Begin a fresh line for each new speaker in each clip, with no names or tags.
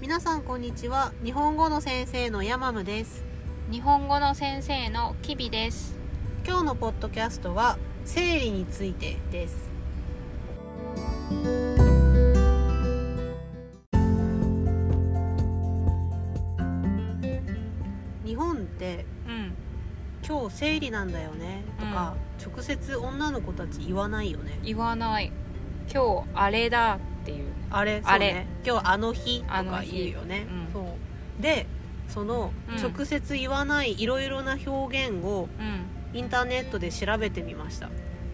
皆さんこんにちは日本語の先生のヤマムです
日本語の先生のキビです
今日のポッドキャストは生理についてです日本って
うん
今日生理なんだよねとか、直接女の子たち言わないよね
言わない今日あれだっていう
あれ
あ
そう
れ
ね今日あの日と
あの
か
日
言うよね、
うん
そうでその
うん
直接言わないいろいろな表現を
う
インターネットで調べてみました
ん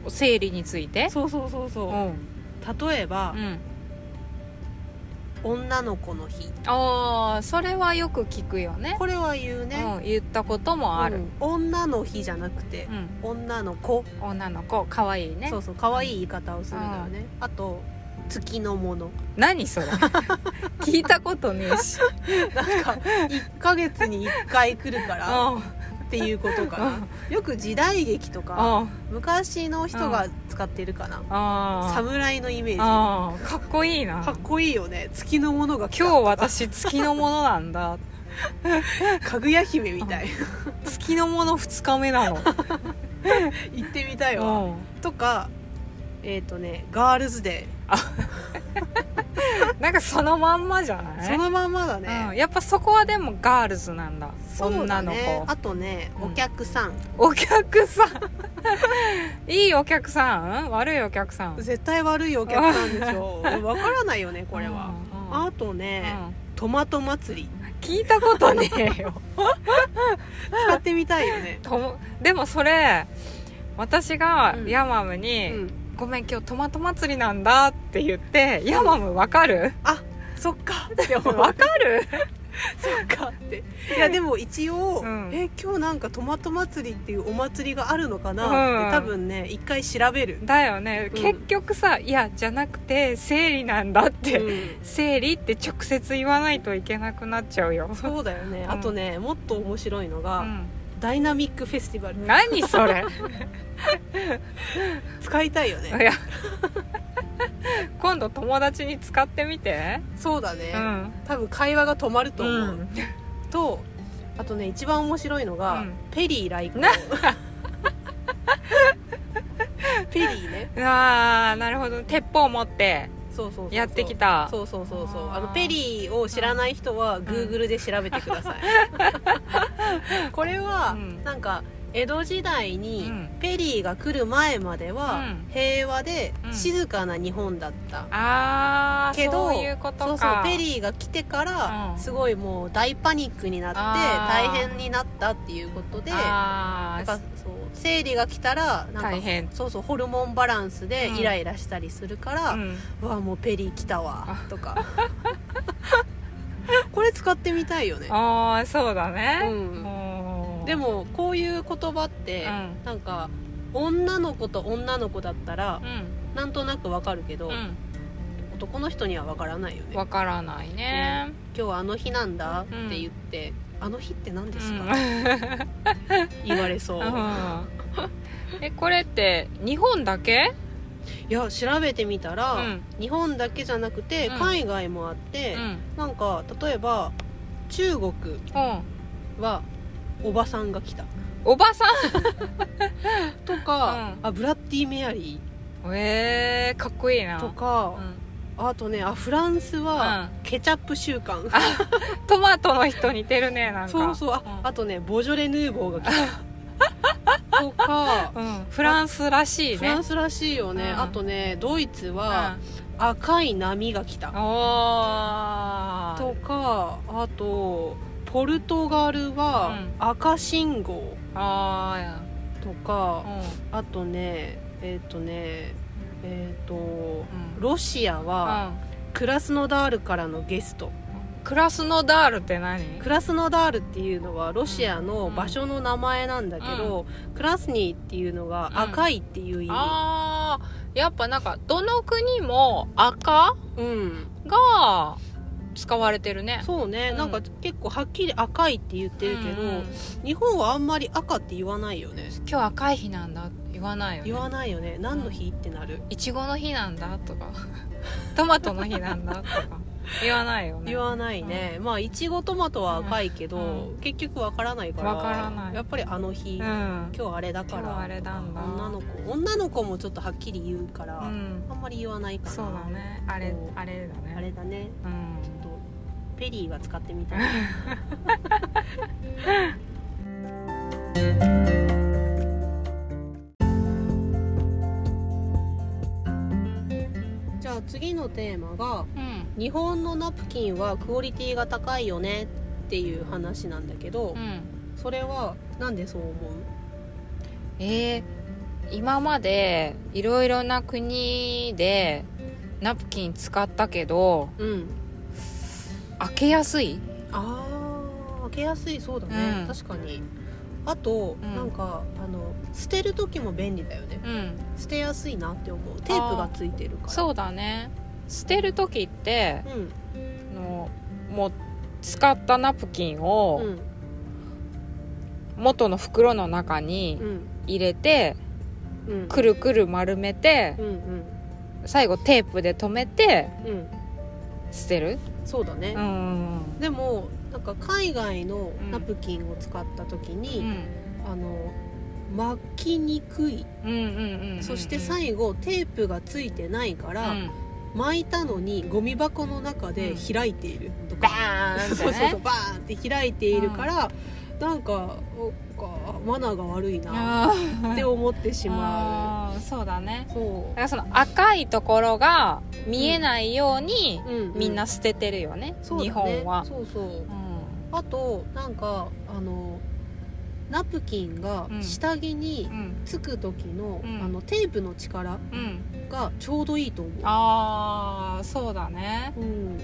生理について
そうそうそうそううん例えば
う、ん
女の子の日
ああそれはよく聞くよね
これは言うね、
うん言ったこともあ
う
る
ん女の日じゃなくて
う、ん
女の子、
女の子可愛いね
そうそう可愛い言い方をするんだよね、あと月のもの
何 それ聞いたことねえし
なんか1ヶ月に1回来るから
うん
っていうことか
う
なよく時代劇とか
あ
昔の人が使ってるかな
あ
侍のイメージか
あーかっこいいな
っこいいよね月のものが来た
今日私月のものなんだ
かぐや姫みたい
月のもの2日目 なの
行ってみたいわ
うん
とかえっ、とねガールズデ
なんかそのまんまじゃな
ー
い
そのまんまだ
うん、
ね、
やっぱそこはでもガールズなんだ
そうだ
女の
ね
子
あとね
う
お
ん
客さん、
お客さん いいお客さん悪いお客さん
絶対悪いお客さんでしょわからないよねこれは、あと
うん
ね、トマト祭り
うん聞いたことねえよ
使ってみたいよね
ともでもそれ私が
うん
ヤマム
う
に、
ん
ごめん今日トマト祭りなんだ」って言って「ヤマムわかる
そっかって思う
わかる?
そっかって いやでも一応、
うん
え今日なんかトマト祭りっていうお祭りがあるのかな
う
っ
ん
て多分ね一回調べる」、
だよね、
うん
結局さ「いやじゃなくて生理なんだ」って、
うん
生理って直接言わないといけなくなっちゃうよ、
そうだよね
ん
あとねもっと面白いの
う
が、
ん、
ダイナミックフェスティバル
何 それ
使いたいよ
い
ね
や今度友達に使ってみて
そうだね、
うん
多分会話が止まると
う
思う、
ん
とあとね一番面白いのが、
うん
ペリー来航
な
ペリーね
あーなるほど鉄砲持って
そうそうそうそう
やってきた
そうそうそうそう
あー
あのペリーを知らない人は Google で調べてくだ さい、これは、
うん
なんか江戸時代に
うん
ペリーが来る前までは
うん
平和で
うん
静かな日本だった、
あー
けど
そういうことか
そうそうペリーが来てから、
うん
すごいもう大パニックになって
あ
大
ー
変になったっていうことで
あ
なんか
ー
そう生理が来たらなんか
大変
そうそうホルモンバランスで
うん
イライラしたりするから、う
うん
わもうペリー来たわと かこれ使ってみたいよね、
あーそうだ
う
ね、
ん、
おー
でもこういう言葉っ
う
て、
ん
なんか女の子と女の子だったら
うん
なんとなくわかるけど、
う
男の人にはわからないよね
んわからないね、
今日はあの日なんだっ
うん
て言って、あの日って何です
うん
か、 言われそう、
うんえこれって日本だけ、
いや調べてみたら、
うん
日本だけじゃなくて
うん
海外もあっ
う
て、
ん
なんか例えば中国
うん、
はおばさんが来た
おばさん
とか、
うん
あブラッディ・メアリ
えー、かっこいいな
ーとか、
うん
あとねあフランスは
う
ケチャップ習慣、
トマトの人似てるねなんか
そうそうあ,、
うん
あとねボジョレ・ヌーボーが来 たとか、
うん、フランスらしいね
フランスらしいよね、
うん
あとねドイツは赤い波が来た
うん、おー
とかあとポルトガルは
うん
赤信号
あ
とか
ー、うん
あとねえっ、とねえっ、と
うん
ロシアは
う
クラスノダールからのゲスト
ん、クラスノダールって何
クラスノダールっていうのはロシアの場所の名前なんだけど、クラスニーっていうのが赤いっていう意味、
あーやっぱなんかどの国も赤
うん
が使われてるね
そうね、
うん
なんか結構はっきり赤いって言ってるけど、
うんうん
日本はあんまり赤って言わないよね
今日赤い日なんだって言わないよね
言わないよね何の日ってなる
いちごの日なんだとかトマトの日なんだとか言わないよね
言わないね、まあいちごトマトは赤いけど、
う
結局わからないから
わからない
やっぱりあの日、
うん、うん
今日あれだか
今日
ら
あれなんだ
女の子女の子もちょっとはっきり言うから、
うん
あんまり言わないかな
そうだねあれ
そう
あれだね
あれだね
うん
ちょっとペリーは使ってみたい じゃあ次のテーマが
うん
「日本のナプキンはクオリティが高いよね」っていう話なんだけど、
うん
それはなんでそう思う
えー今までいろいろな国でナプキン使ったけど
うん
開けやすい
あー開けやすいそうだね、
うん
確かにあと、
うん
なんかあの捨てる時も便利だよね
うん
捨てやすいなって思うテープがついてるから
そうだね捨てる時って
うん
あのもう使ったナプキンを
うん
元の袋の中に
うん
入れて
うん
くるくる丸めて
うんうん
最後テープで留めて
うん
捨てる
そうだね
う、ん
でもなんか海外のナプキンを使った時
うんう
に、
ん
あの巻きにくい、
うんうんうん
そして最後テープがついてないから、
うん
巻いたのにゴミ箱の中で開いているとか、
バーンって
そ
ね
うそうそうバーンって開いているから、なんかおかマナーが悪いな
あ
って
ー
思ってしま
あーそうだね
うそ
だからその赤いところが見えないように
う、うん
みんな捨ててるよね、
そうだね
日本は
そうそう
う
あとなんかあのナプキンが
うん
下着に
んうん
つく時の,、
うん
あのテープの力
うん
がちょうどいいと思う
ああそうだね
うん、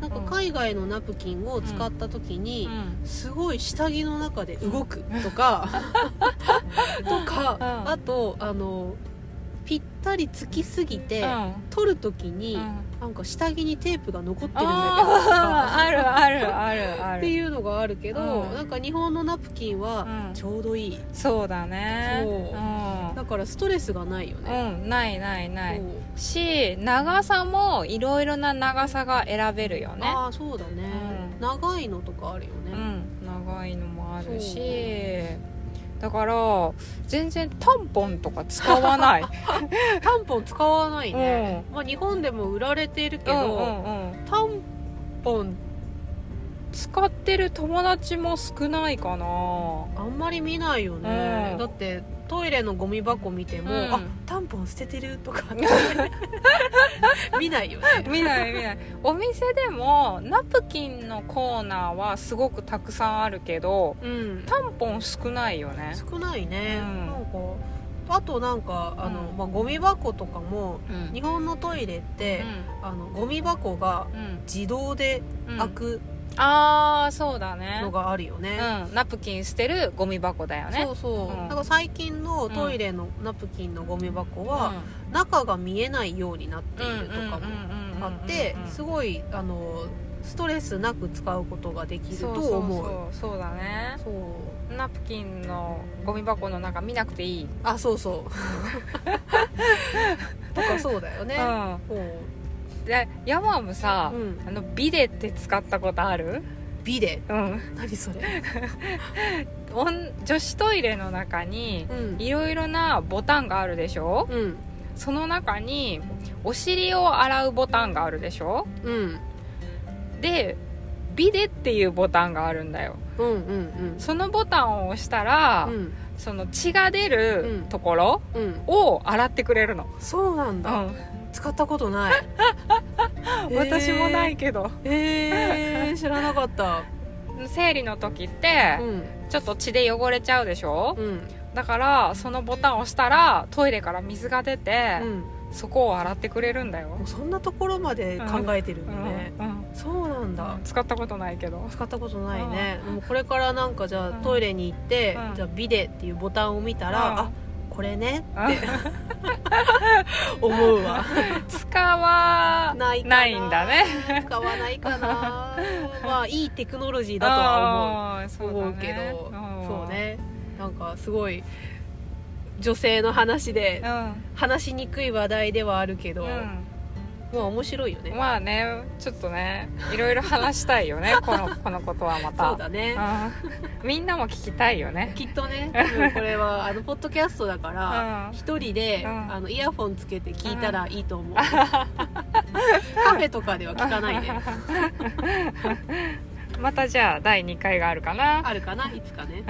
なんか海外のナプキンを使った時に、
うん
すごい下着の中で動くと かとか、
うん
あとあのぴったりつきすぎて、
うん
取る時に、
うん
なんか下着にテープが残ってるんだけどと
あ
か
ーあるあるあるあ
っ
る
ていうのがあるけど、
うん
なんか日本のナプキンは
うん
ちょうどいい、
そうだね
そう
う
だからストレスがないよね、
ん、うん、ないないない
そう
し長さもいろいろな長さが選べるよね
ああそうだね、
うん
長いのとかあるよ
う
ね、
ん長いのもあるし
そう
だから全然タンポンとか使わない
タンポン使わないね、まあ、日本でも売られているけ
う
ど、
んうんうん
タンポン
使ってる友達も少ないかな
あんまり見ないよね、
うん
だってトイレのゴミ箱見ても、
うん
あタンポン捨ててると か見ないよね
見ない見ないお店でもナプキンのコーナーはすごくたくさんあるけど
うん
タンポン少ないよね
少ないね、
うん
なんかあとなんかあの、
うん
まあ、ゴミ箱とかも
うん
日本のトイレって、あのゴミ箱が
うん
自動で
うん
開く
ああそうだね
のがあるよね、
うん、ナプキン捨てるゴミ箱だよね
そうそう、
うん
なんか最近のトイレのナプキンのゴミ箱は、
う
中が見えないようになってい
ん
るとかも
うんうんうんうん
あって
うんうん
すごいあのストレスなく使うことができると
そう
思う
そうそうそうだね
そう
ナプキンのゴミ箱の中見なくていい、
あそう そうとかそうだよね、
う、
そうん
でヤマムさ、
うん、
あのビデって使ったことある、
ビデ
うん、
何それ、
おん女子トイレの中に
うん
いろいろなボタンがあるでしょ
うん
その中にお尻を洗うボタンがあるでしょ
うん
でビデっていうボタンがあるんだよ
うんうんうん
そのボタンを押したら、
うん
その血が出
う
る
ん
ところ
うん
を洗ってくれるの、
そうなんだ、使ったことない
私もないけど
えー、知らなか った
生理の時って
うん
ちょっと血で汚れちゃうでしょ、
うん
だからそのボタンを押したらトイレから水が出て
う、ん
そこを洗ってくれるんだよ
もう、そんなところまで考えてるんだね、
うんうん
そうなんだ、
使ったことないけど
使ったことないね、でもこれからなんかじゃあトイレに行って、
うん
じゃあビデっていうボタンを見たら、
うん
あこれね思うわ
使わ
ないかな
ないんだね
使わないかな まあいいテクノロジーだとは
あーそ
思う
うだね
思うけど
ん
そうねなんかすごい女性の話で
うん
話しにくい話題ではあるけ
う
ど、
ん
まあ面白いよね
まあねちょっとねいろいろ話したいよねこのこのことはまた
そうだね
うん みんなも聞きたいよね
きっと ね多分これはあのポッドキャストだから
うん
一人で、
うん
あのイヤホンつけて聞いたらいいと思う、カフェとかでは聞かない ね
またじゃあ第2回があるかな
あるかないつかね